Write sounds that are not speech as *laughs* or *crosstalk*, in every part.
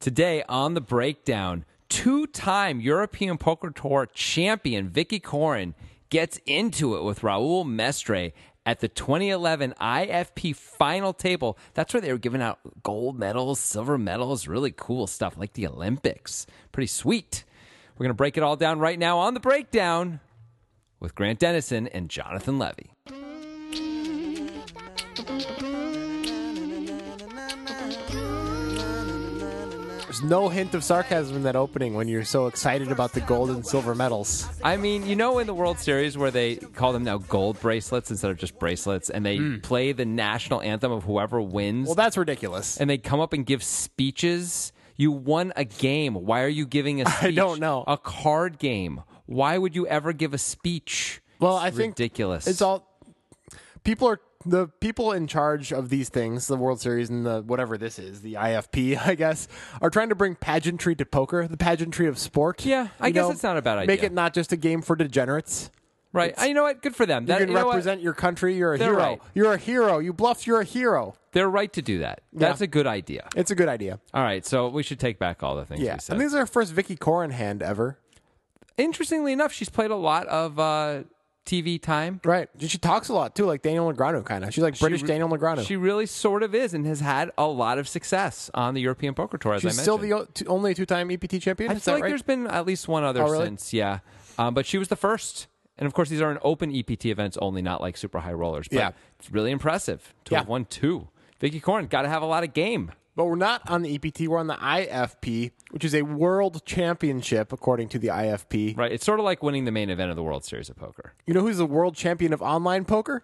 Today on the breakdown, two time European Poker Tour champion Vicky Corin gets into it with Raul Mestre at the 2011 IFP final table. That's where they were giving out gold medals, silver medals, really cool stuff like the Olympics. Pretty sweet. We're going to break it all down right now on the breakdown with Grant Dennison and Jonathan Levy. There's no hint of sarcasm in that opening when you're so excited about the gold and silver medals. I mean, you know, in the World Series where they call them now gold bracelets instead of just bracelets, and they play the national anthem of whoever wins, Hmm. Well, that's ridiculous. and they come up and give speeches. You won a game. Why are you giving *laughs* a speech? don't know. A card game. Why would you ever give a speech? Well, It's I think ridiculous. It's all people are the people in charge of these things, the World Series and the whatever this is, the IFP, *laughs* I guess, are trying to bring pageantry to poker, the pageantry of sport. Yeah, I you guess it's not a bad Make idea. it not just a game for degenerates. right. you know what? Good for them. That- You can know what? represent your country. You're a They're hero. right. You're a hero. You bluffed. You're a hero. They're right to do that. That's a good idea. It's a good idea. All right, so we should take back all the things Yeah. we said. And these are our first Vicky Corin hand ever. Interestingly enough, she's played a lot of uh, TV time. Right. She talks a lot too, like Daniel Negreanu kind of. She's like British re- Daniel Negreanu. She really sort of is and has had a lot of success on the European Poker Tour, as I She's mentioned. still the o- t- only two-time EPT champion. I Is feel that like right? there's been at least one other Oh, really? since, yeah. Um, but she was the first. And of course, these are an open EPT events only, not like super high rollers. But Yeah. it's really impressive to Yeah. have won two. Vicky Corn, got to have a lot of game. But we're not on the EPT. We're on the IFP, which is a world championship, according to the IFP. Right. It's sort of like winning the main event of the World Series of Poker. You know who's the world champion of online poker?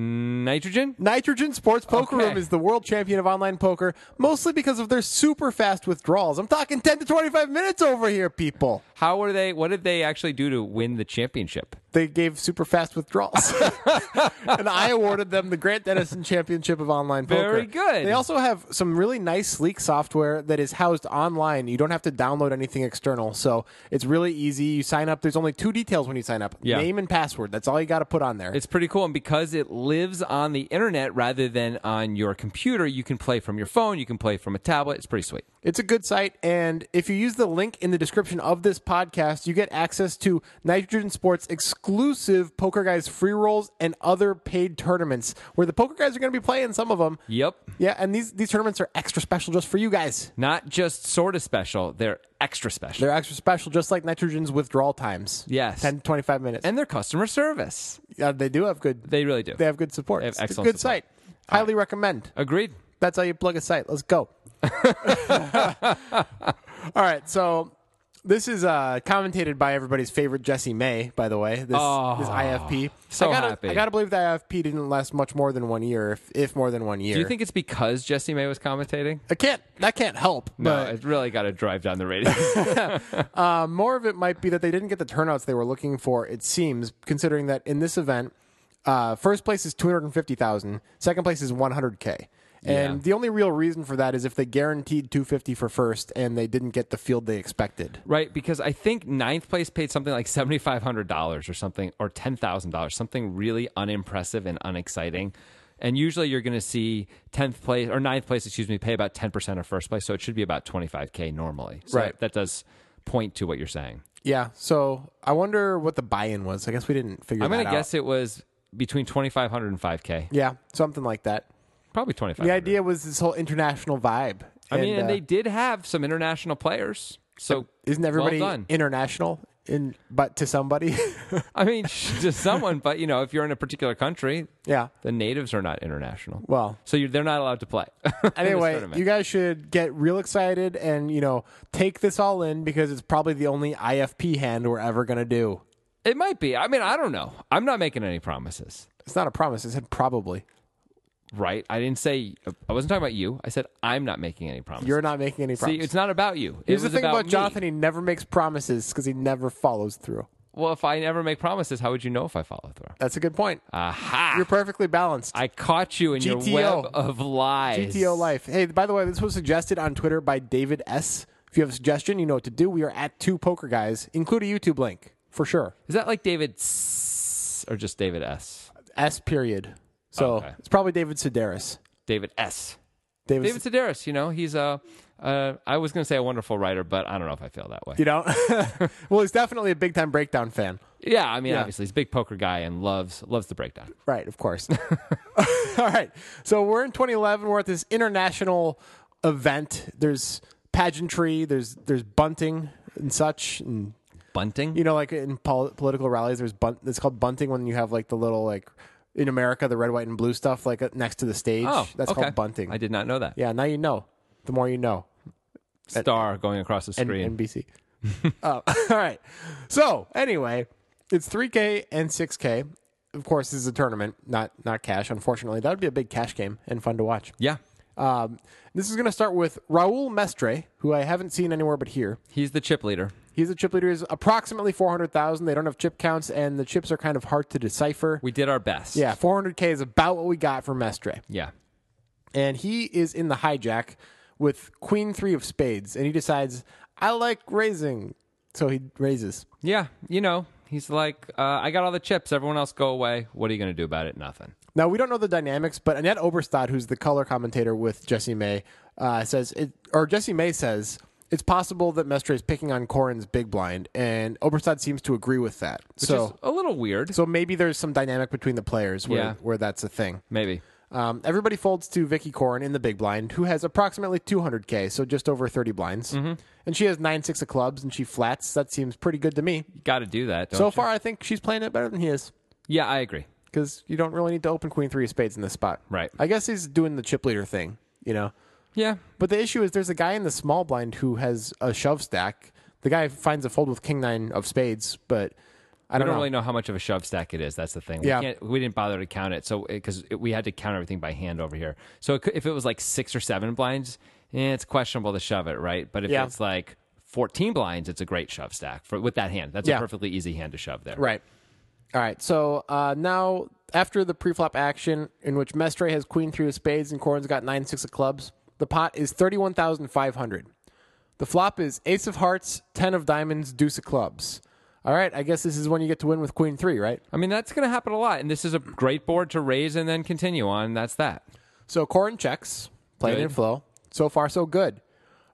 Nitrogen? Nitrogen Sports Poker Okay. Room is the world champion of online poker, mostly because of their super fast withdrawals. I'm talking 10 to 25 minutes over here, people. How were they? What did they actually do to win the championship? They gave super fast withdrawals. *laughs* and I awarded them the Grant Dennison Championship of Online Poker. Very good. They also have some really nice, sleek software that is housed online. You don't have to download anything external. So it's really easy. You sign up. There's only two details when you sign up Yeah. name and password. That's all you got to put on there. It's pretty cool. And because it lives on the internet rather than on your computer, you can play from your phone, you can play from a tablet. It's pretty sweet. It's a good site, and if you use the link in the description of this podcast, you get access to Nitrogen Sports exclusive Poker Guys free rolls and other paid tournaments where the Poker Guys are going to be playing some of them. Yep. Yeah, and these these tournaments are extra special just for you guys. Not just sort of special, they're extra special. They're extra special, just like Nitrogen's withdrawal times. Yes. 10 to 25 minutes. And and their customer service. uh, they do have good. They really do. They have good support. They have It's a excellent good support. site. Highly recommend. Agreed. That's how you plug a site. *laughs* Let's go. All right. So this is uh, commentated by everybody's favorite Jesse May, by the way. This, this IFP. so I gotta, happy. I gotta believe the IFP didn't last much more than one year, if, if more than one year. Do you think it's because Jesse May was commentating? I can't. That can't help. No, but it really got to drive down the *laughs* ratings. Uh, more of it might be that they didn't get the turnouts they were looking for. It seems, considering that in this event, uh, first place is two hundred and fifty thousand, second place is one hundred k. And Yeah. the only real reason for that is if they guaranteed 250 for first and they didn't get the field they expected. right? Because I think ninth place paid something like $7,500 or something, or $10,000, something really unimpressive and unexciting. And usually you're going to see 10th place or ninth place, excuse me, pay about 10% of first place. So it should be about 25K normally. So Right. That does point to what you're saying. Yeah, so I wonder what the buy-in was. I guess we didn't figure I'm that going to out. guess it was between 2,500 and 5K. Yeah, something like that. Probably 25. The idea was this whole international vibe. I mean, and uh, they did have some international players. So isn't well everybody done. international in but to somebody? *laughs* I mean, *laughs* to someone, but you know, if you're in a particular country, yeah. the natives are not international. Well, so you're, they're not allowed to play. *laughs* in this anyway, tournament. you guys should get real excited and you know take this all in because it's probably the only IFP hand we're ever gonna do. it might be. I mean, I don't know. I'm not making any promises, It's not a promise. I said probably. right? I didn't say I wasn't talking about you. I said I'm not making any promises. You're not making any promises. See, it's not about you. Here's it the was thing about, me. Jonathan: he never makes promises because he never follows through. Well, if I never make promises, how would you know if I follow through? That's a good point. Aha! You're perfectly balanced. I caught you in your GTO. web of lies. GTO life. Hey, by the way, this was suggested on Twitter by David S. If you have a suggestion, you know what to do. We are at Two Poker Guys. Include a YouTube link for sure. Is that like David S or just David S? S period. So Okay. it's probably David Sedaris. David S. David, David Sedaris, you know, he's a, Uh, I was going to say a wonderful writer, but I don't know if I feel that way. You know? *laughs* well, he's definitely a big time breakdown fan. Yeah, I mean, obviously he's a big poker guy and loves loves the breakdown. Right, of *laughs* course. All right. So we're in 2011. We're at this international event. There's pageantry. There's there's bunting and such. And Bunting. you know, like in pol- political rallies, there's bunt. It's called bunting when you have like the little like in America, the red, white, and blue stuff like uh, next to the stage. oh, that's okay. called bunting. I did not know that. yeah. Now you know. The more you know. Star going across the and screen. NBC. oh, *laughs* all right. So anyway, it's 3K and 6K. Of course, this is a tournament, not not cash. Unfortunately, that would be a big cash game and fun to watch. yeah, Um, this is going to start with Raul Mestre, who I haven't seen anywhere but here. he's the chip leader. He's a chip leader. He's approximately 400,000. They don't have chip counts, and the chips are kind of hard to decipher. We did our best. Yeah, 400K is about what we got for Mestre yeah. and he is in the hijack with queen three of spades and he decides i like raising so he raises Yeah, you know, he's like, uh, I got all the chips. Everyone else go away. What are you going to do about it? Nothing. now we don't know the dynamics but annette oberstadt who's the color commentator with jesse may uh, says it, or jesse may says it's possible that mestre is picking on corin's big blind and oberstadt seems to agree with that so Just a little weird. so maybe there's some dynamic between the players where, Yeah. where that's a thing Maybe. Um, everybody folds to Vicky Corn in the big blind, who has approximately 200k, so just over 30 blinds, and she has nine six of clubs and she flats. That seems pretty good to me. You got to do that. Don't so you? far, I think she's playing it better than he is Yeah, I agree. because you don't really need to open Queen Three of Spades in this spot. Right. I guess he's doing the chip leader thing, you know. Yeah. But the issue is there's a guy in the small blind who has a shove stack. The guy finds a fold with King Nine of Spades, but I I don't, don't know. really know how much of a shove stack it is. That's the thing. We, Yeah. can't, we didn't bother to count it, so because we had to count everything by hand over here. So it could, if it was like six or seven blinds, eh, it's questionable to shove it, right? But if Yeah. it's like fourteen blinds, it's a great shove stack for with that hand. That's Yeah. a perfectly easy hand to shove there. Right. All right. So uh, now, after the preflop action in which Mestre has queen three of spades and Corn's got nine six of clubs, the pot is thirty one thousand five hundred. The flop is ace of hearts, ten of diamonds, deuce of clubs. All right. I guess this is when you get to win with queen three, right? I mean, that's going to happen a lot, and this is a great board to raise and then continue on. That's that. So Corn checks, playing Good. in flow. So far, so good.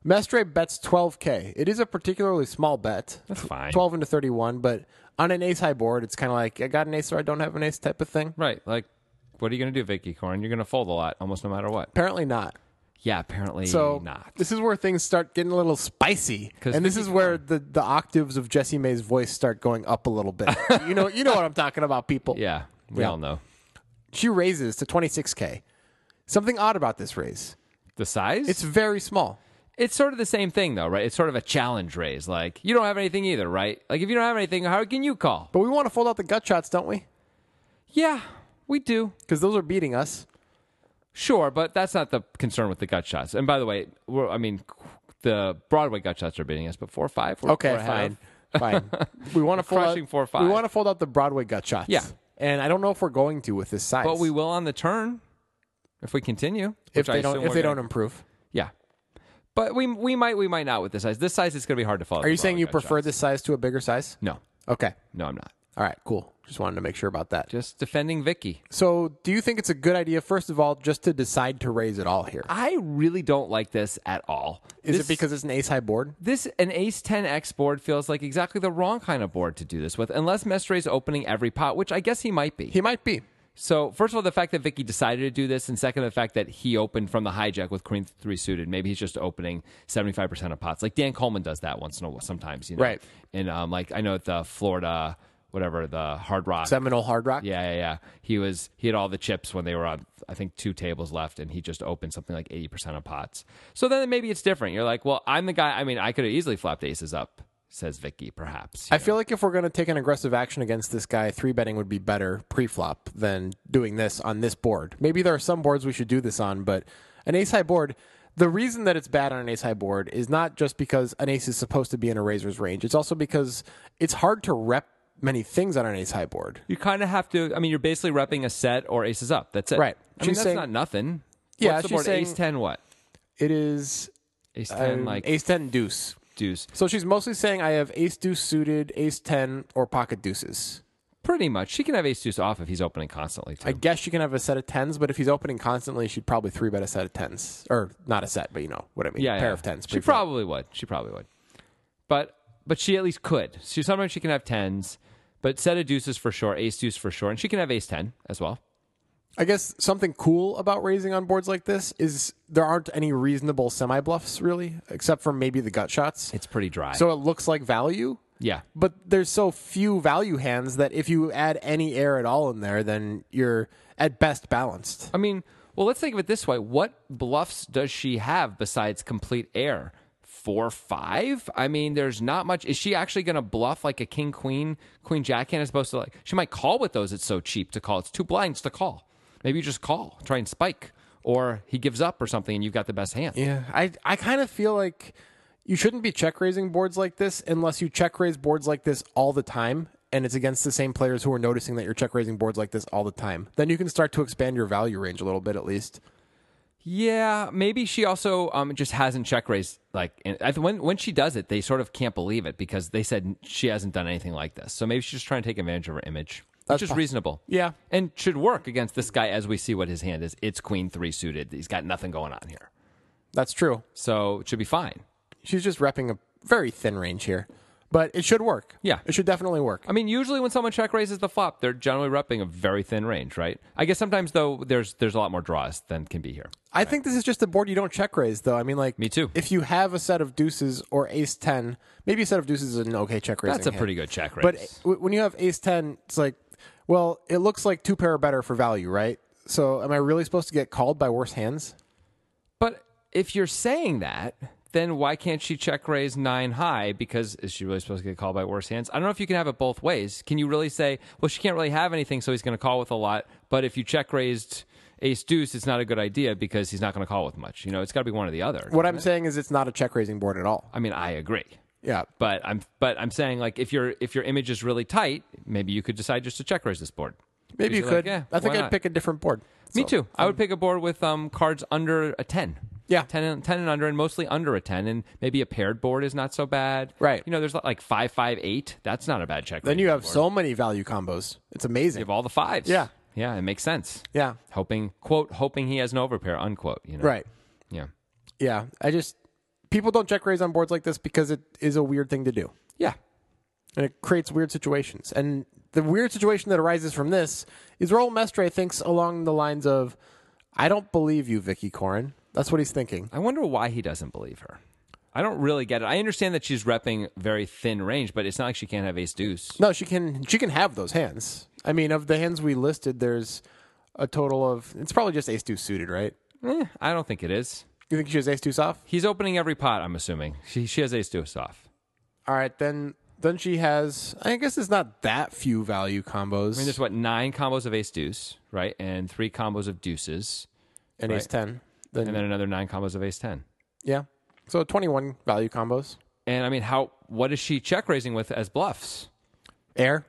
Mestre bets 12K. It is a particularly small bet. That's fine. 12 into 31, but on an ace high board, it's kind of like, I got an ace or I don't have an ace type of thing. Right. Like, what are you going to do, Vicky Corn? You're going to fold a lot, almost no matter what. Apparently not. Yeah, apparently So not. this is where things start getting a little spicy, 'Cause and this Vicky is where the, the octaves of Jesse May's voice start going up a little bit. *laughs* you know, you know what I'm talking about, people. Yeah, we Yeah. all know She raises to 26k. Something odd about this raise. the size. It's very small. it's sort of the same thing though, right? It's sort of a challenge raise. Like you don't have anything either, right? Like if you don't have anything, how can you call? But we want to fold out the gut shots, don't we? Yeah, we do. Because those are beating us. Sure, but that's not the concern with the gut shots. And by the way, we're, I mean, the Broadway gut shots are beating us, but four five. We're, Okay, we're ahead. fine. *laughs* Fine. We want to fold crushing out, four, five. We want to fold out the Broadway gut shots. Yeah. And I don't know if we're going to with this size. But we will on the turn if we continue. if which I they don't assume if we're they gonna- don't improve. yeah. But we we might we might not with this size. This size is going to be hard to follow. Are you saying you prefer this size to a bigger size? No, Okay. no, I'm not. All right. Cool. Just wanted to make sure about that. Just defending Vicky. So, do you think it's a good idea, first of all, just to decide to raise it all here? I really don't like this at all. Is This- it because it's an ace high board? this an ace 10x board feels like exactly the wrong kind of board to do this with unless mestre is opening every pot which i guess he might be He might be. so first of all the fact that vicky decided to do this and second the fact that he opened from the hijack with queen 3 suited maybe he's just opening 75% of pots like dan coleman does that once in a while sometimes you know Right. and um, like i know at the florida whatever the hard rock Seminole Hard Rock? yeah, yeah, yeah. He was he had all the chips when they were on I think two tables left and he just opened something like 80% of pots. So then maybe it's different. You're like, "Well, I'm the guy. I mean, I could have easily flopped aces up." Says Vicky, perhaps. I feel like if we're going to take an aggressive action against this guy, three betting would be better pre flop than doing this on this board. Maybe there are some boards we should do this on, but an ace high board, the reason that it's bad on an ace high board is not just because an ace is supposed to be in a raiser's range, it's also because it's hard to rep many things on an ace high board. you kind of have to I mean, you're basically repping a set or aces up. That's it. Right. I mean, She's that's saying- not nothing. Yeah, What's the she's board saying- ace 10 what? It is Ace 10 um, like ace 10 deuce. deuce. So she's mostly saying I have ace deuce suited, ace 10, or pocket deuces. Pretty much. She can have ace deuce off if he's opening constantly, too. I guess she can have a set of tens, but if he's opening constantly, she'd probably three bet a set of tens, or not a set, but you know what I mean. yeah, pair yeah. of tens. She pre-flop. probably would. She probably would. But but she at least could. She sometimes she can have tens, but set of deuces for sure, ace deuce for sure, and she can have ace ten as well. I guess something cool about raising on boards like this is there aren't any reasonable semi bluffs really, except for maybe the gut shots. It's pretty dry. So it looks like value, yeah, but there's so few value hands that if you add any air at all in there, then you're at best balanced. I mean, well, let's think of it this way: what bluffs does she have besides complete air? Four five. I mean, there's not much. Is she actually going to bluff like a king queen, queen jack hand? As opposed to like she might call with those. It's so cheap to call. It's two blinds to call. Maybe you just call, try and spike, or he gives up or something, and you've got the best hand. Yeah, I I kind of feel like you shouldn't be check raising boards like this unless you check raise boards like this all the time and it's against the same players who are noticing that you're check raising boards like this all the time. Then you can start to expand your value range a little bit at least. Yeah, maybe she also um, just hasn't check raised. Like and I th- when when she does it, they sort of can't believe it because they said she hasn't done anything like this. So maybe she's just trying to take advantage of her image, which is reasonable. Yeah. and should work against this guy as we see what his hand is. It's queen three suited. He's got nothing going on here, That's true. so it should be fine. She's just repping a very thin range here, but it should work. Yeah. It should definitely work. I mean, usually when someone check raises the flop, they're generally repping a very thin range, right? I guess sometimes though, there's there's a lot more draws than can be here. I think this is just a board you don't check raise, though. I mean, like, Me too. If you have a set of deuces or ace 10, maybe a set of deuces is an okay check raising. That's a hand. pretty good check raise. But w- when you have ace 10, it's like, well, it looks like two pair or better for value, right? So am I really supposed to get called by worse hands? But if you're saying that, then why can't she check raise nine high? Because is she really supposed to get called by worse hands? I don't know if you can have it both ways. Can you really say, well, she can't really have anything, so he's going to call with a lot. But if you check raised ace deuce, it's not a good idea because he's not going to call with much. You know, it's got to be one or the other. What I'm saying is it's not a check raising board at all. I mean, I agree. Yeah. But I'm but I'm saying like if your if your image is really tight, maybe you could decide just to check raise this board. Maybe you Because you're like, could. yeah, I think why I'd not? pick a different board. Me So- too. I would pick a board with um, cards under a 10. Yeah. 10 and, 10 and under, and mostly under a 10. And maybe a paired board is not so bad. Right. You know, there's like five, five, eight. That's not a bad check. Then you have so many value combos. It's amazing. have all the fives. Yeah. Yeah, it makes sense. Yeah. Hoping, quote, hoping he has an overpair, unquote. You know? Right. Yeah. Yeah, I just people don't check raise on boards like this because it is a weird thing to do, Yeah. and it creates weird situations. And the weird situation that arises from this is Raul Mestre thinks along the lines of, "I don't believe you, Vicky Corin." That's what he's thinking. I wonder why he doesn't believe her. I don't really get it. I understand that she's repping very thin range, but it's not like she can't have ace deuce. No, she can she can have those hands. I mean, of the hands we listed, there's a total of it's probably just ace two suited, right? Eh, I don't think it is. You think she has ace two off? He's opening every pot, I'm assuming. She, she has ace deuce off. All right, then then she has. I guess it's not that few value I combos. mean, there's what nine combos of ace deuce, right, and three combos of deuces, and ace ten. Then, and uh, then another nine combos of ace ten. yeah, so twenty one value combos. And I mean, how? What is she check raising with as bluffs? Air.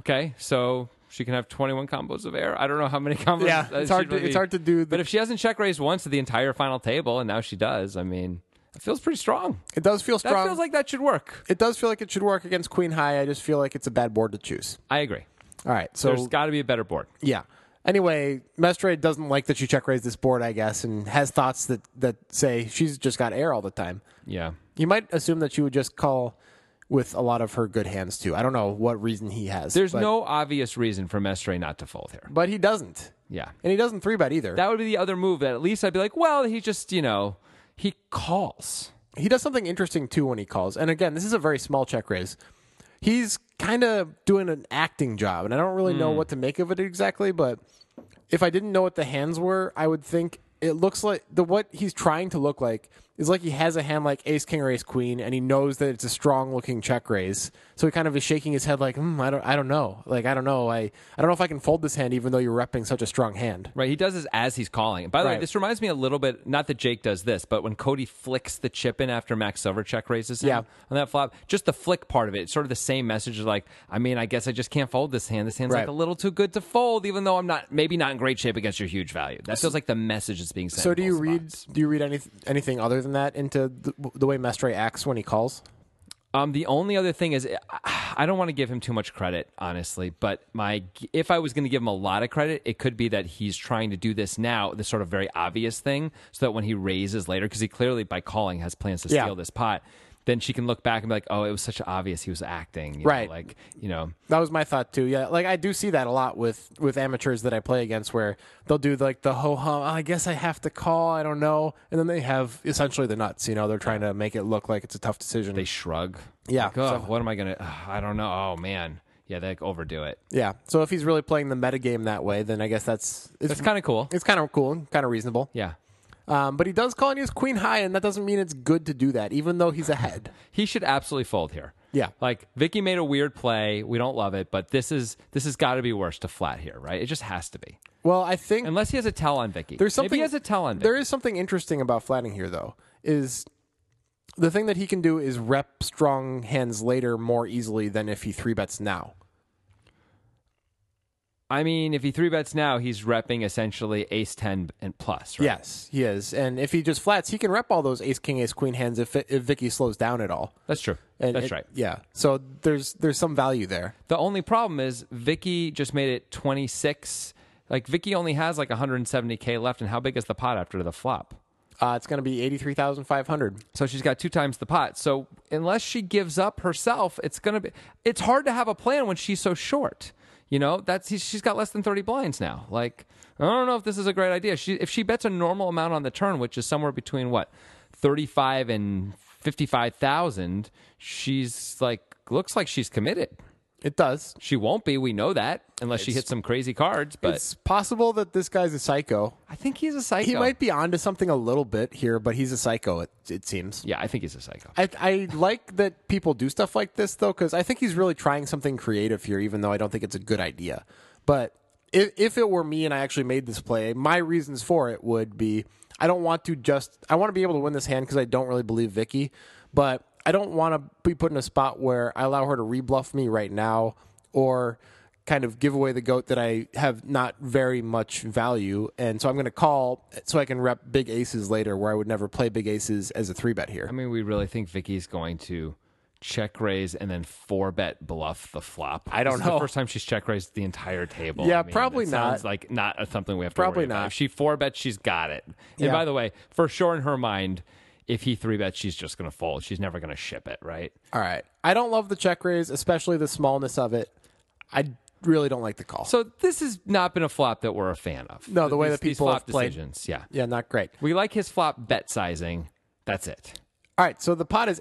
Okay, so she can have 21 combos of air. I don't know how many *laughs* combos. Yeah, uh, it's hard she'd to- really- it's hard to do the- But if she hasn't check raised once to the entire final table, and now she does, I mean, it feels pretty strong. It does feel That strong. feels like that should work. it does feel like it should work against Queen High. I just feel like it's a bad board to choose. I agree. All right, so There's got to be a better board. yeah. Anyway, Mestre doesn't like that you check raise this board, I guess, and has thoughts that that say she's just got air all the time. Yeah. You might assume that she would just call with a lot of her good hands too. I don't know what reason he has. There's but, no obvious reason for Mestre not to fold here. but he doesn't, Yeah. and he doesn't three bet either. That would be the other move that at least I'd be like, well, he just, you know, he calls. he does something interesting too when he calls. And again, this is a very small check raise. He's kind of doing an acting job, and I don't really know what to make of it exactly. But if I didn't know what the hands were, I would think it looks like the what he's trying to look like is like he has a hand like ace king or ace queen, and he knows that it's a strong looking check raise. So he kind of is shaking his head like, hmm, I don't, I don't know, like I don't know, I, I don't know if I can fold this hand, even though you're repping such a strong hand. Right. He does this as he's calling. By the way, Right. this reminds me a little bit, not that Jake does this, but when Cody flicks the chip in after Max Silvercheck raises him Yeah. on that flop, just the flick part of it, it's sort of the same message of like, I mean, I guess I just can't fold this hand. This hand's Right. like a little too good to fold, even though I'm not, maybe not in great shape against your huge value. That feels like the message that's being sent. So in do you both read spots. do you read any, anything other than that into the, the way Mestre acts when he calls? Um, the only other thing is, *sighs* I don't want to give him too much credit, honestly. But my, if I was going to give him a lot of credit, it could be that he's trying to do this now, this sort of very obvious thing, so that when he raises later, because he clearly by calling has plans to Yeah. steal this pot, then she can look back and be like, "Oh, it was such obvious he was acting." you know, Right. like you know, That was my thought too. Yeah, like I do see that a lot with with amateurs that I play against, where they'll do like the ho hum. I guess I have to call. I don't know, and then they have essentially the nuts. You know, they're trying to make it look like it's a tough decision. they shrug. Yeah, Like, oh, so- what am I gonna? *sighs* ugh, I don't know. Oh man, yeah, they like overdo it. yeah. So if he's really playing the metagame that way, then I guess that's it's It's kind of cool. it's kind of cool and kind of reasonable. Yeah, Um, but he does call and use queen high, and that doesn't mean it's good to do that, even though he's ahead. he should absolutely fold here. Yeah. Like Vicky made a weird play. We don't love it, but this is this has got to be worse to flat here, right? It just has to be. Well, I think Unless he has a tell on Vicky. There's something Maybe he has a tell on Vicky. There is something interesting about flatting here, though. Is the thing that he can do is rep strong hands later more easily than if he three bets now. I mean, if he three bets now, he's repping essentially ace ten and plus, right? Yes, he is, and if he just flats, he can rep all those ace king ace queen hands if if Vicky slows down at all. That's true. And That's it- right. Yeah, so there's there's some value there. The only problem is Vicky just made it 26. Like Vicky only has like 170k left and how big is the pot after the flop? Uh, it's going to be eighty three thousand five hundred. So she's got two times the pot. So unless she gives up herself, it's going to be it's hard to have a plan when she's so short. You know, that's she's got less than 30 blinds now. Like I don't know if this is a great idea. She if she bets a normal amount on the turn, which is somewhere between what 35 and 55,000, she's like looks like she's committed. It does. She won't be, we know that, unless she hits some crazy cards, but It's possible that this guy's a psycho. I think he's a psycho. He might be onto something a little bit here, but he's a psycho. It it seems. Yeah, I think he's a psycho. I, I like that people do stuff like this though, because I think he's really trying something creative here, even though I don't think it's a good idea. But if, if it were me and I actually made this play, my reasons for it would be I don't want to just I want to be able to win this hand because I don't really believe Vicky, but I don't want to be put in a spot where I allow her to rebluff me right now or kind of give away the goat that I have not very much value, and so I'm going to call so I can rep big aces later, where I would never play big aces as a three bet here. I mean, we really think Vicky's going to check raise and then four bet bluff the flop. I don't this Is know. the first time she's check raised the entire table. Yeah, I mean, probably it not. Sounds like not a- something we have to Probably worry about. not. If she four bets, she's got it. And Yeah. by the way, for sure in her mind, if he three bets, she's just going to fold. She's never going to ship it, right? All right. I don't love the check raise, especially the smallness of it. I really don't like the call. So this has not been a flop that we're a fan of. No, the way These- that people these flop have played. decisions. Yeah, yeah, not great. we like his flop bet sizing. That's it. All right. So the pot is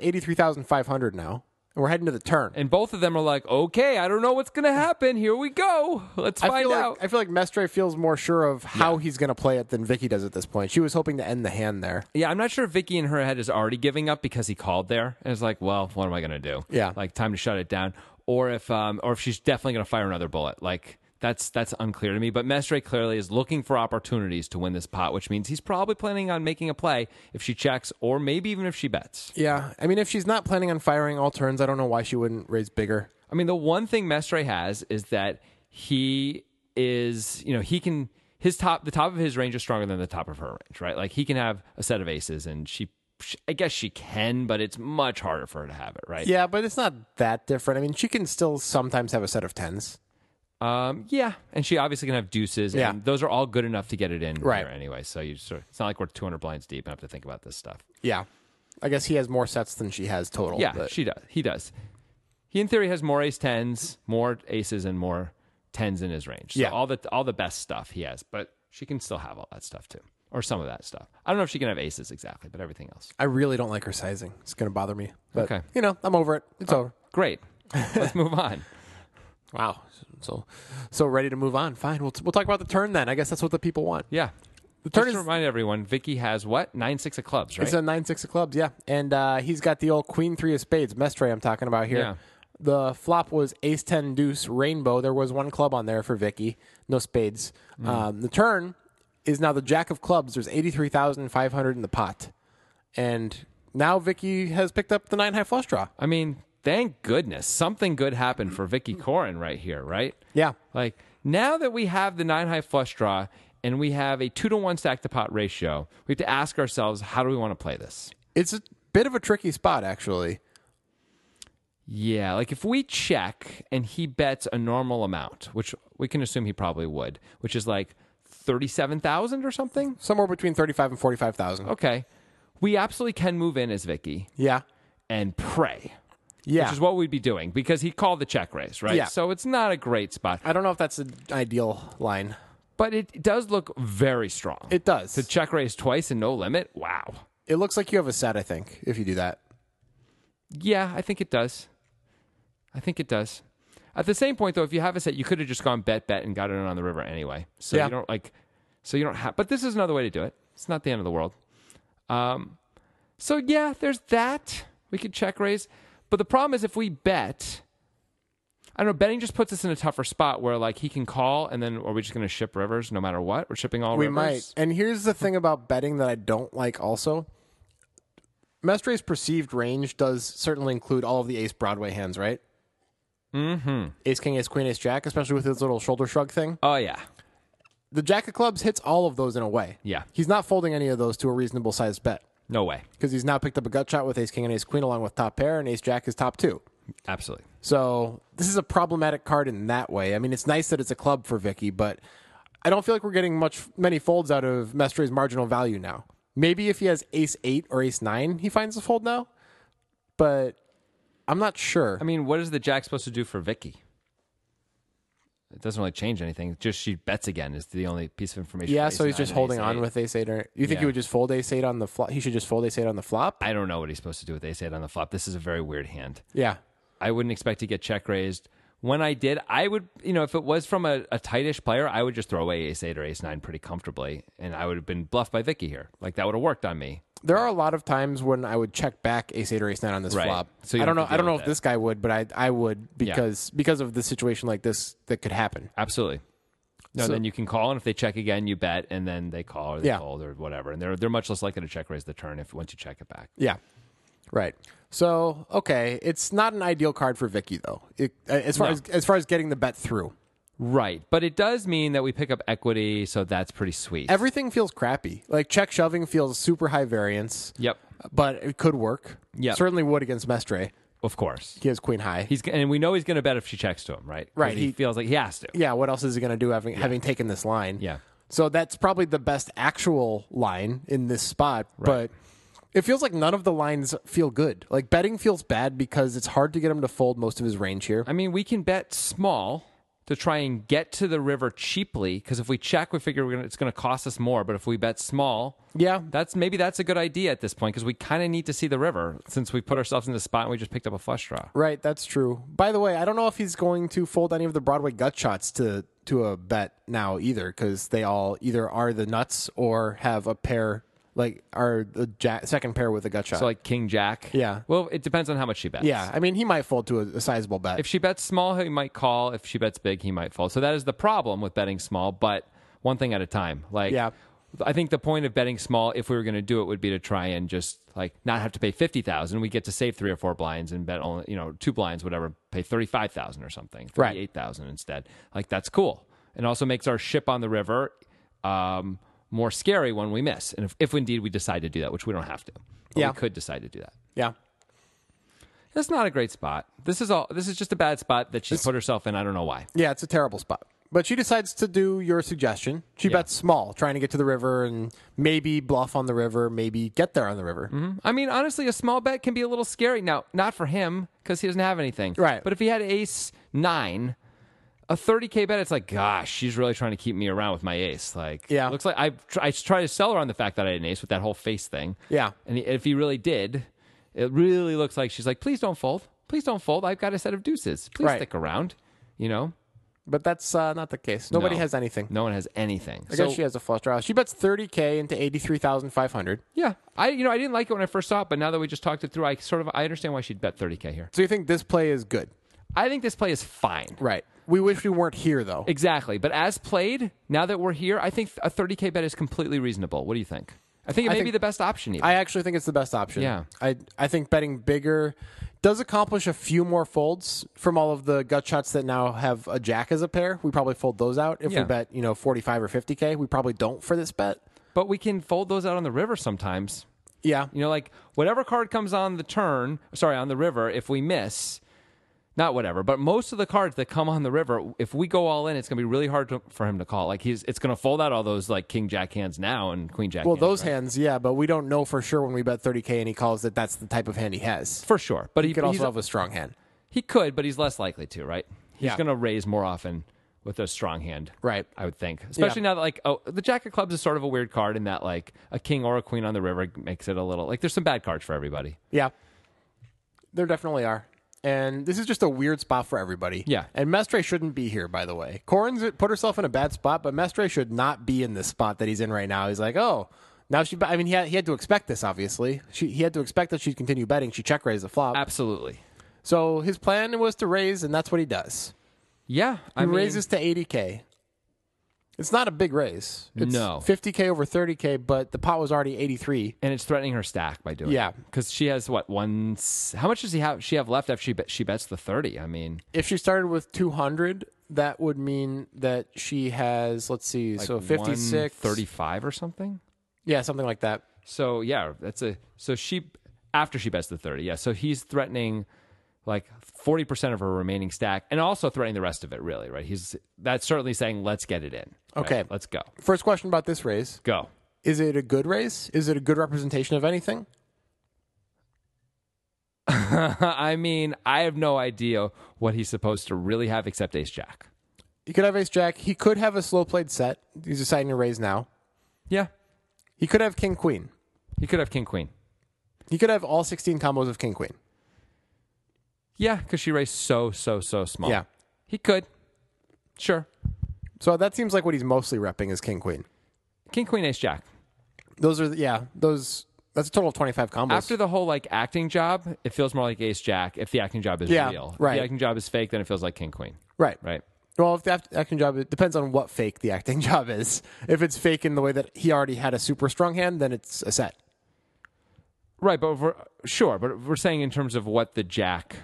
83,500 now, and we're heading to the turn. And both of them are like, okay, I don't know what's going to happen. Here we go. Let's I find feel, out. like, I feel like Mestre feels more sure of how he's going to play it than Vicky does at this point. She was hoping to end the hand there. Yeah, I'm not sure if Vicky in her head is already giving up because he called there and it's like, well, what am I gonna do? Yeah. like time to shut it down, or if um, or if she's definitely gonna fire another bullet. Like that's that's unclear to me. But Mestre clearly is looking for opportunities to win this pot, which means he's probably planning on making a play if she checks, or maybe even if she bets. Yeah. I mean, if she's not planning on firing all turns, I don't know why she wouldn't raise bigger. I mean, the one thing Mestre has is that he is, you know, he can his top the top of his range is stronger than the top of her range, right? Like he can have a set of aces, and she, she I guess she can, but it's much harder for her to have it, right? Yeah, but it's not that different. I mean, she can still sometimes have a set of tens. Um, yeah, and she obviously can have deuces, Yeah. and those are all good enough to get it in, Right. here Anyway, so you sort of, it's not like we're 200 blinds deep and have to think about this stuff. Yeah. I guess he has more sets than she has total. Yeah, but- she does. He does. He in theory has more ace tens, more aces, and more tens in his range. So Yeah. all the all the best stuff he has, but she can still have all that stuff too, or some of that stuff. I don't know if she can have aces exactly, but everything else. I really don't like her sizing. It's going to bother me. But, Okay. You know, I'm over it. It's over. *laughs* Great. Let's move on. Wow. So, so ready to move on. Fine. We'll, we'll talk about the turn then. I guess that's what the people want. Yeah. The turn Just to is remind everyone, Vicky has what nine six of clubs, right? it's a nine six of clubs. Yeah, and uh, he's got the old queen three of spades. Mestre, I'm talking about here. Yeah. The flop was ace ten deuce rainbow. There was one club on there for Vicky. No spades. Um, the turn is now the jack of clubs. There's eighty three thousand five hundred in the pot, and now Vicky has picked up the nine high flush draw. I mean, thank goodness something good happened for Vicky Corin right here, right? Yeah. Like now that we have the nine high flush draw and we have a two to one stack to pot ratio, we have to ask ourselves, how do we want to play this? It's a bit of a tricky spot, actually. Yeah, like if we check and he bets a normal amount, which we can assume he probably would, which is like 37,000 or something. Somewhere between 35 and 45,000. Okay. We absolutely can move in as Vicky Yeah. and pray, Yeah. which is what we'd be doing because he called the check raise, right? Yeah. So it's not a great spot, I don't know if that's an ideal line. but it does look very strong. It does. to check raise twice and no limit. Wow. It looks like you have a set, I think, if you do that. Yeah, I think it does. I think it does. At the same point, though, if you have a set, you could have just gone bet bet and gotten it on the river anyway. So Yeah. you don't like, so you don't have. But this is another way to do it. It's not the end of the world. Um, so yeah, there's that. We could check raise, but the problem is if we bet, I don't know. Betting just puts us in a tougher spot where like he can call, and then are we just going to ship rivers no matter what? We're shipping all We rivers. might. And here's the thing about betting that I don't like also. Mestre's perceived range does certainly include all of the ace Broadway hands, right? Mm-hmm. Ace King, Ace Queen, Ace Jack, especially with his little shoulder shrug thing. Oh yeah, The Jack of Clubs hits all of those in a way. Yeah. He's not folding any of those to a reasonable sized bet no way, because he's now picked up a gut shot with Ace King and Ace Queen along with top pair, and Ace Jack is top two. absolutely. So this is a problematic card in that way. I mean, it's nice that it's a club for Vicky, but I don't feel like we're getting much many folds out of Mestre's marginal value now. Maybe if he has Ace Eight or Ace Nine, he finds a fold now, but I'm not sure. I mean, what is the jack supposed to do for Vicky? It doesn't really change anything. It's Just she bets again is the only piece of information. yeah, Ace so he's nine just and ace holding on eight. with Ace Eight. Or you think Yeah. he would just fold Ace Eight on the flop? He should just fold Ace Eight on the flop. I don't know what he's supposed to do with ace eight on the flop. This is a very weird hand. Yeah, I wouldn't expect to get check raised. When I did, I would, you know, if it was from a, a tightish player, I would just throw away ace eight or ace nine pretty comfortably, and I would have been bluffed by Vicky here. Like that would have worked on me. there are a lot of times when I would check back Ace Eight or Ace Nine on this Right. flop. So So you I don't don't know. have to I don't deal know with if that. this guy would, but I I would because because of the situation like this that could happen. Absolutely. No, So- then you can call, and if they check again, you bet, and then they call or they Yeah. fold or whatever, and they're they're much less likely to check raise the turn if once you check it back. Yeah. Right. So okay, it's not an ideal card for Vicky though. It, uh, as far No. as as far as getting the bet through, Right, but it does mean that we pick up equity, so that's pretty sweet. everything feels crappy. Like check shoving feels super high variance. yep, But it could work. Yeah. Certainly would against Mestre. of course. He has queen high. He's and we know he's going to bet if she checks to him, right? 'Cause Right, He, he- feels like he has to. yeah. What else is he going to do having having taken this line? Yeah. So that's probably the best actual line in this spot, but. It feels like none of the lines feel good. Like betting feels bad because it's hard to get him to fold most of his range here. I mean, we can bet small to try and get to the river cheaply because if we check, we figure we're gonna, it's going to cost us more. But if we bet small, Yeah. that's maybe that's a good idea at this point because we kind of need to see the river since we put ourselves in the spot and we just picked up a flush draw. Right, that's true. By the way, I don't know if he's going to fold any of the Broadway gut shots to to a bet now either, because they all either are the nuts or have a pair like are the ja second pair with a gut shot. So like King Jack. Yeah. Well, it depends on how much she bets. yeah, I mean he might fold to a, a sizable bet. If she bets small, he might call. If she bets big, he might fold. So that is the problem with betting small, but one thing at a time. Like, Yeah. I think the point of betting small, if we were going to do it, would be to try and just like not have to pay fifty thousand. We get to save three or four blinds and bet only you know two blinds, whatever. Pay thirty five thousand or something, Right. thirty eight thousand instead. Like that's cool, and also makes our ship on the river um, more scary when we miss, and if, if indeed we decide to do that, which we don't have to, but Yeah. we could decide to do that. yeah. That's not a great spot. This is all. This is just a bad spot that she's put herself in. I don't know why. Yeah, it's a terrible spot. But she decides to do your suggestion. She bets small, trying to get to the river and maybe bluff on the river, maybe get there on the river. Mm-hmm. I mean, honestly, a small bet can be a little scary. Now, not for him because he doesn't have anything. Right. But if he had ace nine, a thirty k bet, it's like, gosh, she's really trying to keep me around with my ace. Like, Yeah. looks like I tr- I try to sell her on the fact that I had an ace with that whole face thing. Yeah. And if he really did, it really looks like she's like, please don't fold, please don't fold. I've got a set of deuces. Please Right. stick around. You know, But that's uh, not the case. Nobody No. has anything. no one has anything. I guess she has a flush draw. She bets 30k into 83,500. Yeah, I you know I didn't like it when I first saw it, but now that we just talked it through, I sort of I understand why she'd bet 30k here. So you think this play is good? I think this play is fine. Right. We wish we weren't here though. Exactly, but as played, now that we're here, I think a 30k bet is completely reasonable. What do you think? I think it I may think- be the best option. Even. I actually think it's the best option. Yeah. I I think betting bigger does accomplish a few more folds from all of the gut shots that now have a jack as a pair. We probably fold those out if Yeah. we bet, you know, 45 or 50k. We probably don't for this bet. but we can fold those out on the river sometimes. Yeah. You know, like whatever card comes on the turn, sorry, on the river, if we miss, not whatever, but most of the cards that come on the river, if we go all in, it's going to be really hard to, for him to call. Like he's, it's going to fold out all those like King Jack hands now and Queen Jack. Well, hands, those right? hands, yeah, but we don't know for sure when we bet 30K and he calls that that's the type of hand he has. for sure. But he, He could he's- also have a strong hand. he could, but he's less likely to, right? He's Yeah. going to raise more often with a strong hand, Right. I would think, especially now that like oh, the Jack of Clubs is sort of a weird card in that like a King or a Queen on the river makes it a little like there's some bad cards for everybody. Yeah. There definitely are. And this is just a weird spot for everybody. Yeah. And Mestre shouldn't be here, by the way. Corin's put herself in a bad spot, but Mestre should not be in this spot that he's in right now. He's like, oh, now she. I mean, he had, he had to expect this, obviously. She, he had to expect that she'd continue betting. She check raised the flop. Absolutely. so his plan was to raise, and that's what he does. Yeah, I He mean, raises to 80K. It's not a big raise. It's No. 50K over 30K, but the pot was already 83. and it's threatening her stack by doing Yeah. because she has what one? s- How much does he have? She have left after she bet, she bets the thirty. I mean, if she started with 200 that would mean that she has let's see so 56 35 or something. yeah something like that So yeah, that's a so she after she bets the thirty. Yeah, so he's threatening like forty percent of her remaining stack, and also threatening the rest of it. Really, right? He's that's certainly saying let's get it in. right? Okay. let's go, first question about this race go. *laughs* is it a good race is it a good representation of anything I mean, I have no idea what he's supposed to really have except Ace Jack. he could have ace jack he could have a slow played set he's deciding to raise now Yeah, he could have king queen he could have King Queen. he could have all 16 combos of king queen Yeah, because she raised so so so small. Yeah. he could. Sure, so that seems like what he's mostly repping is king queen King Queen Ace Jack. those are yeah those that's a total of 25 combos After the whole like acting job, it feels more like Ace Jack. If the acting job is Yeah, real, right. If the acting job is fake, then it feels like King Queen, right right? Well, if the act- acting job it depends on what fake the acting *laughs* job is. If it's fake in the way that he already had a super strong hand, then it's a set. Right, but we're, sure, but we're saying in terms of what the Jack,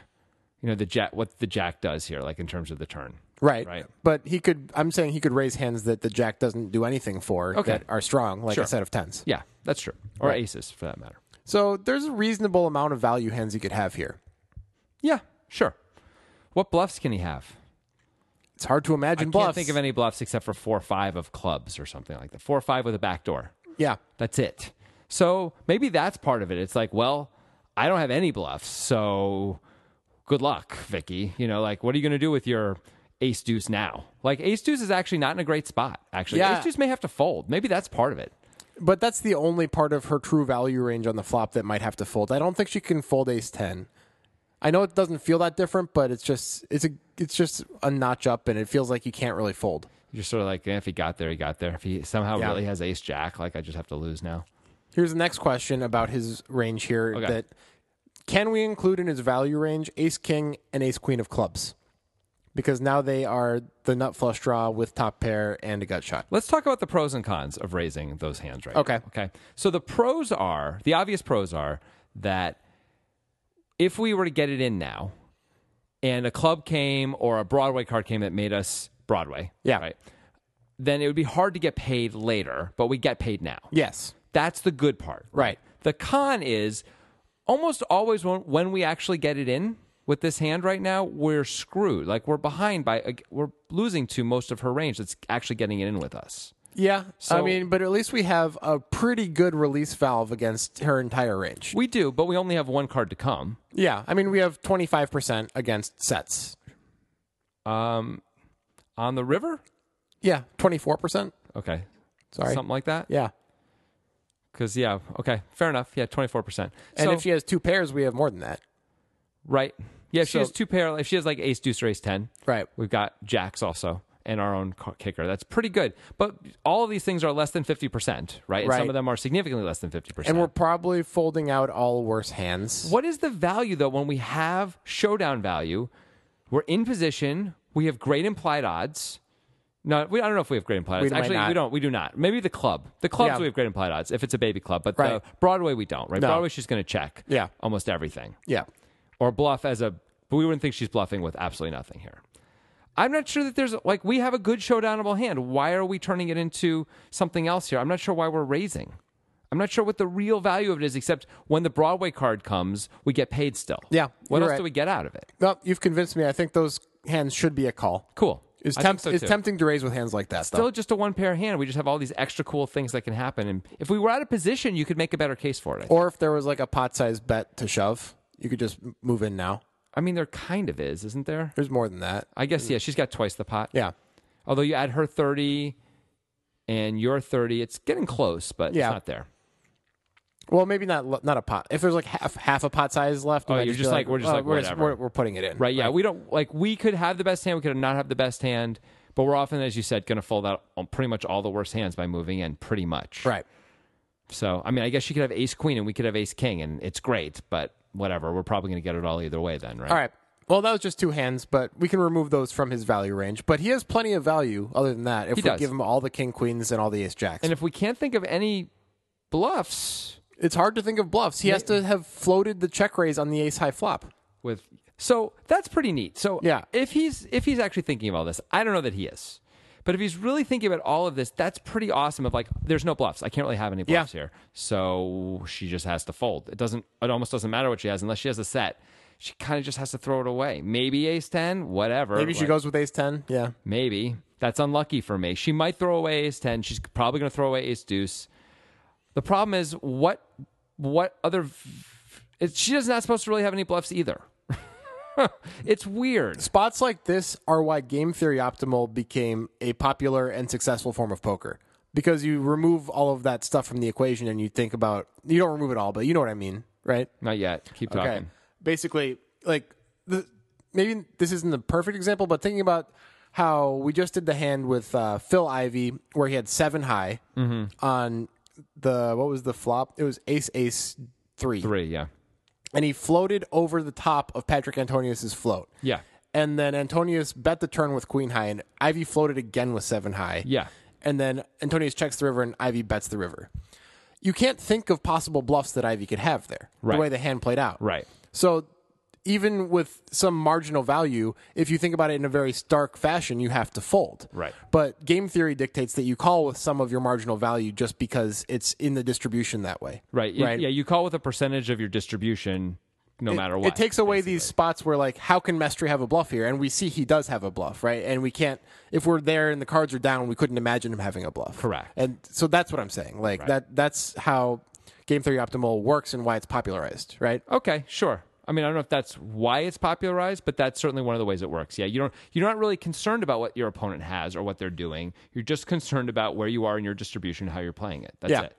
you know, the Jack, what the Jack does here, like in terms of the turn. Right. Right. But he could I'm saying he could raise hands that the jack doesn't do anything for Okay. that are strong, like Sure. a set of tens. Yeah, that's true, or aces for that matter. So there's a reasonable amount of value hands you could have here. Yeah, sure. What bluffs can he have? It's hard to imagine I bluffs. can't think of any bluffs except for four or five of clubs or something like that. Four or five with a backdoor. Yeah. That's it. So maybe that's part of it. It's like, well, I don't have any bluffs, so good luck, Vicky. You know, like what are you going to do with your ace deuce now? Like ace deuce is actually not in a great spot. Actually, Yeah. ace deuce may have to fold. Maybe that's part of it. But that's the only part of her true value range on the flop that might have to fold. I don't think she can fold ace 10. I know it doesn't feel that different, but it's just it's a it's just a notch up and it feels like you can't really fold. You're sort of like, eh, if he got there, he got there. If he somehow Yeah. really has ace jack, like I just have to lose now. Here's the next question about his range here Okay. that can we include in his value range ace king and ace queen of clubs? Because now they are the nut flush draw with top pair and a gut shot. Let's talk about the pros and cons of raising those hands right Okay. now. Okay. So the pros are the obvious pros are that if we were to get it in now and a club came or a Broadway card came that made us Broadway. Yeah. Right. Then it would be hard to get paid later, but we get paid now. Yes. That's the good part. Right. The con is almost always when, when we actually get it in with this hand right now, we're screwed. Like we're behind by, we're losing to most of her range that's actually getting it in with us. Yeah. I So- mean, but at least we have a pretty good release valve against her entire range. We do, but we only have one card to come. Yeah. I mean, we have 25% against sets. On the river? Yeah. 24%. Okay. Sorry. Something like that? Yeah. Because, yeah. okay. Fair enough. Yeah, 24%. And so, if she has two pairs, we have more than that. right. Yeah, if she So- has two pair. If she has like ace, deuce, or ace 10. Right. We've got jacks also and our own ca- kicker. That's pretty good. But all of these things are less than 50%, right? And Right. some of them are significantly less than 50%. And we're probably folding out all worse hands. What is the value though when we have showdown value? We're in position. We have great implied odds. No, we, I don't know if we have great implied odds. might Actually, not. we don't. We do not. Maybe the club. The clubs Yeah. we have great implied odds if it's a baby club, but Right. the Broadway we don't. Right? No. Broadway she's going to check. Yeah. almost everything Yeah. or bluff as a. But we wouldn't think she's bluffing with absolutely nothing here. I'm not sure that there's like we have a good showdownable hand. Why are we turning it into something else here? I'm not sure why we're raising. I'm not sure what the real value of it is, except when the Broadway card comes, we get paid still. Yeah, What you're else right. do we get out of it? Well, you've convinced me. I think those hands should be a call. Cool. It's, I think tempt- so, it's too. tempting to raise with hands like that, Still just a one pair hand. We just have all these extra cool things that can happen. And if we were out of position, you could make a better case for it. I think. though. Or if there was like a pot sized bet to shove, you could just m- move in now. I mean, there kind of is, isn't there? There's more than that. I guess, yeah, she's got twice the pot. Yeah. Although you add her 30 and your 30, it's getting close, but Yeah. it's not there. Well, maybe not l- not a pot. If there's like half half a pot size left, Oh, I you're be just like, we're just "Oh, like, we're, whatever." we're, we're putting it in. Right. Yeah. We don't like we could have the best hand. We could not have the best hand. But we're often, as you said, going to fold out on pretty much all the worst hands by moving in, pretty much. Right. So I mean, I guess she could have ace queen and we could have ace king, and it's great. But whatever, we're probably going to get it all either way then, right? All right. Well, that was just two hands, but we can remove those from his value range. But he has plenty of value other than that if we does. give him all the king queens and all the ace jacks. And if we can't think of any bluffs it's hard to think of bluffs. He has to have floated the check raise on the ace high flop. with, so that's pretty neat. So Yeah. if he's if he's actually thinking of all this, I don't know that he is. But if he's really thinking about all of this, that's pretty awesome. Of like, there's no bluffs. I can't really have any bluffs Yeah. here, so she just has to fold. It doesn't. It almost doesn't matter what she has unless she has a set. She kind of just has to throw it away. Maybe ace ten, whatever. Maybe she Like- goes with ace ten. Yeah. Maybe. That's unlucky for me. She might throw away ace 10. She's probably going to throw away ace deuce. The problem is what what other it, she does not supposed to really have any bluffs either. *laughs* it's weird. Spots like this are why game theory optimal became a popular and successful form of poker because you remove all of that stuff from the equation and you think about you don't remove it all, but you know what I mean, right? Not yet. Keep talking. Okay. Basically, like the, maybe this isn't the perfect example, but thinking about how we just did the hand with uh, Phil Ivy where he had seven high on the what was the flop? It was ace ace three, 3, yeah. and he floated over the top of Patrick Antonius's float. Yeah. And then Antonius bet the turn with queen high, and Ivy floated again with seven high. Yeah. And then Antonius checks the river, and Ivy bets the river. You can't think of possible bluffs that Ivy could have there, Right. the way the hand played out. Right. So even with some marginal value, if you think about it in a very stark fashion, you have to fold. Right. But game theory dictates that you call with some of your marginal value just because it's in the distribution that way. Right. You- Right. Yeah, you call with a percentage of your distribution no matter what. It takes away these spots where, like, how can Mestri have a bluff here? And we see he does have a bluff, right? And we can't, if we're there and the cards are down, we couldn't imagine him having a bluff. Correct. And so that's what I'm saying. Like, that that's how game theory optimal works and why it's popularized, right? Okay, sure. I mean, I don't know if that's why it's popularized, but that's certainly one of the ways it works. Yeah, you don't you're not really concerned about what your opponent has or what they're doing. You're just concerned about where you are in your distribution, how you're playing it. That's Yeah. it.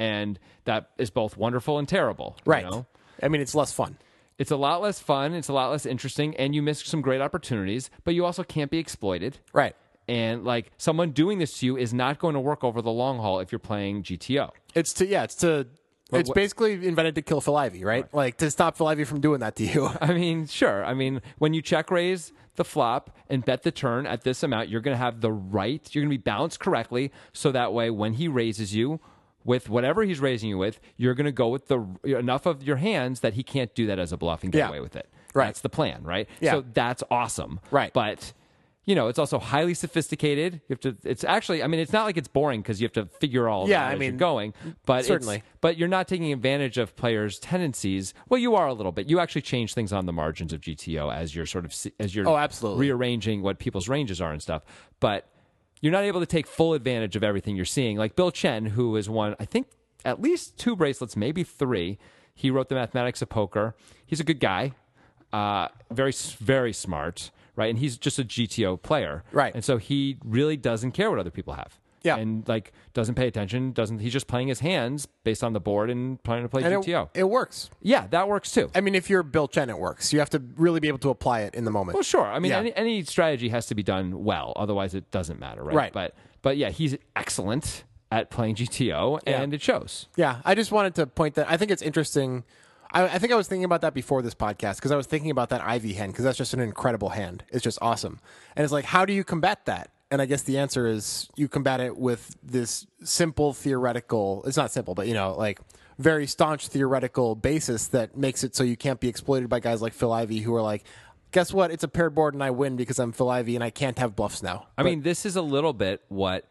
And that is both wonderful and terrible. you Right. know? I mean, it's less fun. It's a lot less fun, it's a lot less interesting, and you miss some great opportunities, but you also can't be exploited. Right. And like someone doing this to you is not going to work over the long haul if you're playing GTO. It's to yeah, it's to it's what- basically invented to kill Phil Ivey, right? Like to stop Phil Ivey from doing that to you. *laughs* I mean, sure. I mean, when you check raise the flop and bet the turn at this amount, you're going to have the right, you're going to be balanced correctly. So that way, when he raises you with whatever he's raising you with, you're going to go with the enough of your hands that he can't do that as a bluff and get Yeah. away with it. Right. That's the plan, right? Yeah. So that's awesome. Right. But. You know, it's also highly sophisticated. You have to. It's actually. I mean, it's not like it's boring because you have to figure all. Yeah, that I as you're mean, going, but it's- Mm-hmm. certainly. but you're not taking advantage of players' tendencies. Well, you are a little bit. You actually change things on the margins of GTO as you're sort of se- as you're Oh, absolutely. rearranging what people's ranges are and stuff. But you're not able to take full advantage of everything you're seeing. Like Bill Chen, who has won, I think, at least two bracelets, maybe three. He wrote the Mathematics of Poker. He's a good guy, uh, very s- very smart, right? And he's just a GTO player, Right. And so he really doesn't care what other people have. Yeah. And like doesn't pay attention, doesn't he's just playing his hands based on the board and trying to play And GTO. it, it works. yeah, that works too. I mean, if you're Bill Chen, it works. You have to really be able to apply it in the moment. Well, sure. I mean, Yeah. any, any strategy has to be done well, otherwise it doesn't matter, right? Right. But but yeah, he's excellent at playing GTO, and it shows. Yeah, I just wanted to point that. I think it's interesting. I, I think I was thinking about that before this podcast because I was thinking about that Ivy hand because that's just an incredible hand. It's just awesome. And it's like, how do you combat that? And I guess the answer is you combat it with this simple theoretical, it's not simple, but you know, like very staunch theoretical basis that makes it so you can't be exploited by guys like Phil Ivy who are like, guess what? It's a paired board and I win because I'm Phil Ivy and I can't have bluffs now. I mean, this is a little bit what,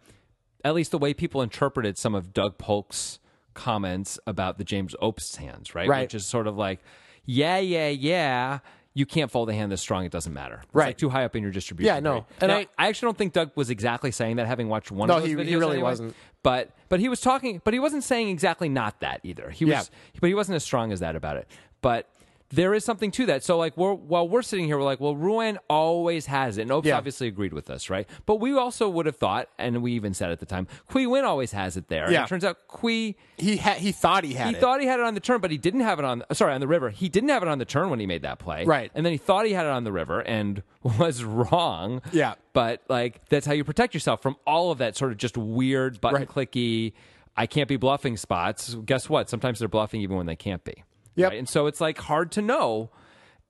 at least the way people interpreted some of Doug Polk's comments about the James Opes hands, right? Right. Which is sort of like, yeah, yeah, yeah. You can't fold a hand that's strong. It doesn't matter. It's Right. like too high up in your distribution. Yeah, no. right? And Now, I- I actually don't think Doug was exactly saying that. Having watched one No, of those he- he videos, really anyway. wasn't. But but he was talking. But he wasn't saying exactly not that either. He was. But he wasn't as strong as that about it. But there is something to that. So like we're while we're sitting here, we're like, well, Ruan always has it, and Opes Yeah. obviously agreed with us, right? But we also would have thought, and we even said at the time, Kui Win always has it there. And Yeah. it turns out Kui He ha- he thought he had he it. thought he had it on the turn, but he didn't have it on. Sorry, on the river. He didn't have it on the turn when he made that play. Right. And then he thought he had it on the river and *laughs* was wrong. Yeah. But like that's how you protect yourself from all of that sort of just weird button Right. clicky. I can't be bluffing spots. Guess what? Sometimes they're bluffing even when they can't be. Yep. And so it's like hard to know.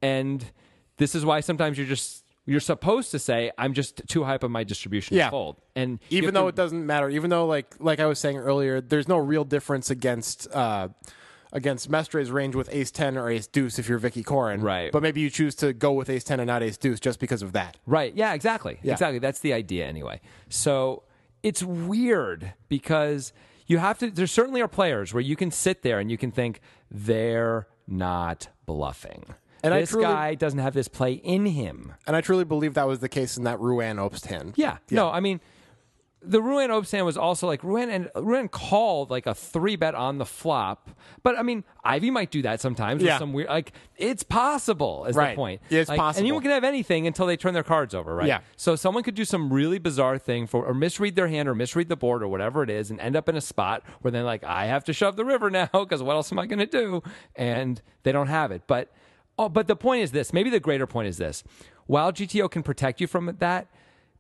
And this is why sometimes you're just you're supposed to say I'm just too high up on my distribution Yeah. to fold. And you even have though to- it doesn't matter even though like like i was saying earlier there's no real difference against uh against mestre's range with ace 10 or ace deuce if you're vicky corin Right. but maybe you choose to go with ace 10 and not ace deuce just because of that Right. Yeah, exactly. Exactly. That's the idea anyway. So it's weird because you have to there certainly are players where you can sit there and you can think they're not bluffing. And I this truly- guy doesn't have this play in him. and i truly believe that was the case in that ruan opst hand Yeah. No, I mean the Ruan Obstan was also like Ruan and Ruan called like a three bet on the flop. But I mean, Ivy might do that sometimes Yeah. with some weird like it's possible is Right. the point. Yeah, it's Like, possible. Anyone can have anything until they turn their cards over, right? Yeah. So someone could do some really bizarre thing for or misread their hand or misread the board or whatever it is and end up in a spot where they're like, I have to shove the river now *laughs* because what else am I going to do? And they don't have it. But oh, but the point is this. Maybe the greater point is this. While GTO can protect you from that,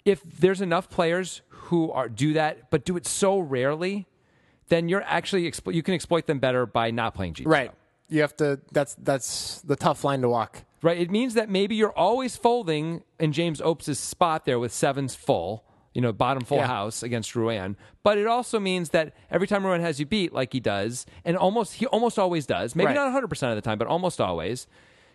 if there's enough players who are do that but do it so rarely, then you're actually explo- you can exploit them better by not playing GTO. right you have to that's that's the tough line to walk Right. It means that maybe you're always folding in James Opes' spot there with sevens full, you know, bottom full Yeah. house against Ruan. But it also means that every time Ruan has you beat, like he does, and almost he almost always does, maybe Right. not 100% of the time, but almost always,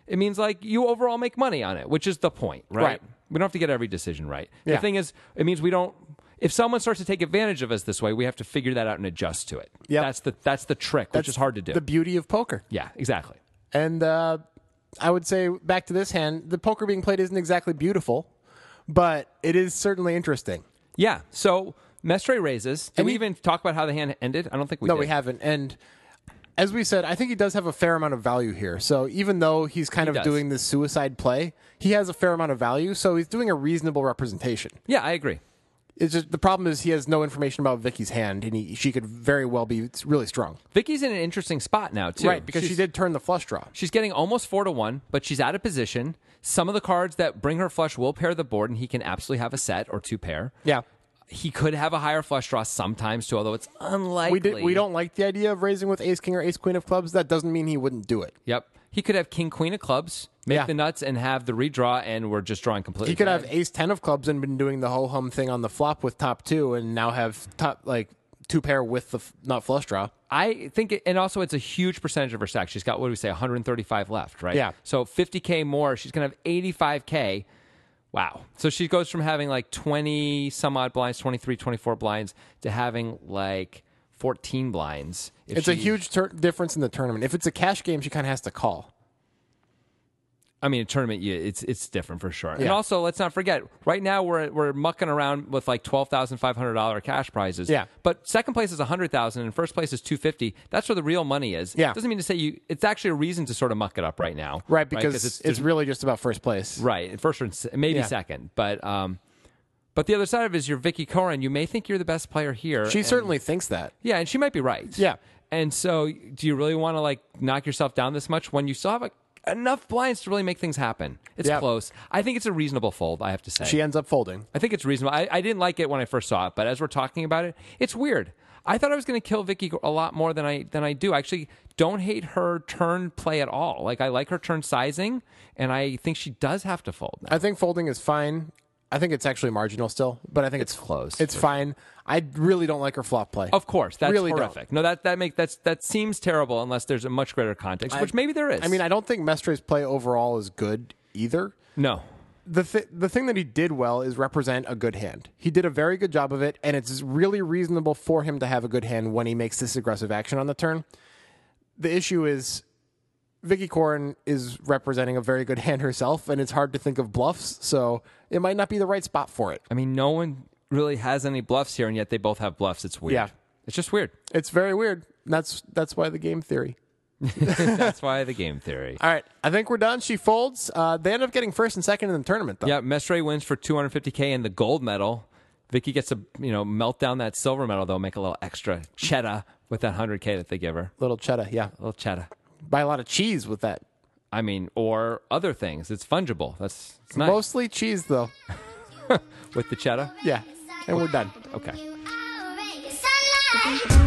it means like you overall make money on it, which is the point, right? Right. We don't have to get every decision right. Yeah. The thing is, it means we don't. If someone starts to take advantage of us this way, we have to figure that out and adjust to it. Yep. That's the that's the trick, which is hard to do. the beauty of poker yeah, exactly. And uh, I would say back to this hand, the poker being played isn't exactly beautiful, but it is certainly interesting. Yeah. So Mestre raises. Did And we he- even talk about how the hand ended? I don't think we No, did. we haven't. And as we said, I think he does have a fair amount of value here. So even though he's kind of does. doing this suicide play, he has a fair amount of value. So he's doing a reasonable representation. Yeah, I agree. It's just the problem is he has no information about Vicky's hand, and he, she could very well be really strong, Vicky's in an interesting spot now too. right? Because she's, she did turn the flush draw. She's getting almost four to one, but she's out of position. Some of the cards that bring her flush will pair the board, and he can absolutely have a set or two pair. Yeah. He could have a higher flush draw sometimes too, although it's unlikely. We did, we don't like the idea of raising with Ace King or Ace Queen of clubs. That doesn't mean he wouldn't do it. Yep. He could have king queen of clubs, make Yeah. the nuts, and have the redraw, and we're just drawing completely. He could blank. have ace ten of clubs and been doing the ho hum thing on the flop with top two, and now have top like two pair with the f- not flush draw. I think, it, and also it's a huge percentage of her stack. She's got what do we say, 135 left, right? Yeah. So 50k more. She's gonna have 85k. Wow. So she goes from having like 20 some odd blinds, 23, 24 blinds, to having like 14 blinds. If It's a she- huge tur- difference in the tournament. If it's a cash game, she kind of has to call. I mean, a tournament. Yeah, it's it's different for sure. And Yeah. also, let's not forget. Right now, we're we're mucking around with like twelve thousand five hundred dollar cash prizes. Yeah. But second place is a hundred thousand, and first place is two fifty. That's where the real money is. Yeah. Doesn't mean to say you. It's actually a reason to sort of muck it up right now. Right, because it's, it's, it's really just about first place. right at first or s- maybe Yeah. second, but um, but the other side of it is you're Vicky Corin. You may think you're the best player here. She and- certainly thinks that. yeah, and she might be right. Yeah. And so, do you really want to like knock yourself down this much when you still have a, enough blinds to really make things happen? It's Yeah. close. I think it's a reasonable fold. I have to say. She ends up folding. I think it's reasonable. I, I didn't like it when I first saw it, but as we're talking about it, it's weird. I thought I was going to kill Vicky a lot more than I than I do. I actually don't hate her turn play at all. Like I like her turn sizing, and I think she does have to fold now. I think folding is fine. I think it's actually marginal still, but I think it's, close, It's fine. I really don't like her flop play. Of course, that's Really don't. horrific. No, that that make that's that seems terrible unless there's a much greater context, which maybe there is. I mean, I don't think Mestre's play overall is good either. no, the th- the thing that he did well is represent a good hand. He did a very good job of it, and it's really reasonable for him to have a good hand when he makes this aggressive action on the turn. The issue is Vicky Corn is representing a very good *laughs* hand herself, and it's hard to think of bluffs, so it might not be the right spot for it. I mean, no one really has any bluffs here, and yet they both have bluffs. It's weird. Yeah. It's just weird. It's very weird. That's that's why the game theory. That's why the game theory. All right, I think we're done. She folds. Uh, they end up getting first and second in the tournament, though. Yeah, Mestre wins for 250k and the gold medal. Vicky gets to you know melt down that silver medal though, make a little extra cheddar with that 100k that they give her. Little cheddar, yeah. A little cheddar. Buy a lot of cheese with that. I mean, or other things. It's fungible. That's it's nice Mostly cheese, though. with the cheddar. Yeah, and we're done. Okay. Okay.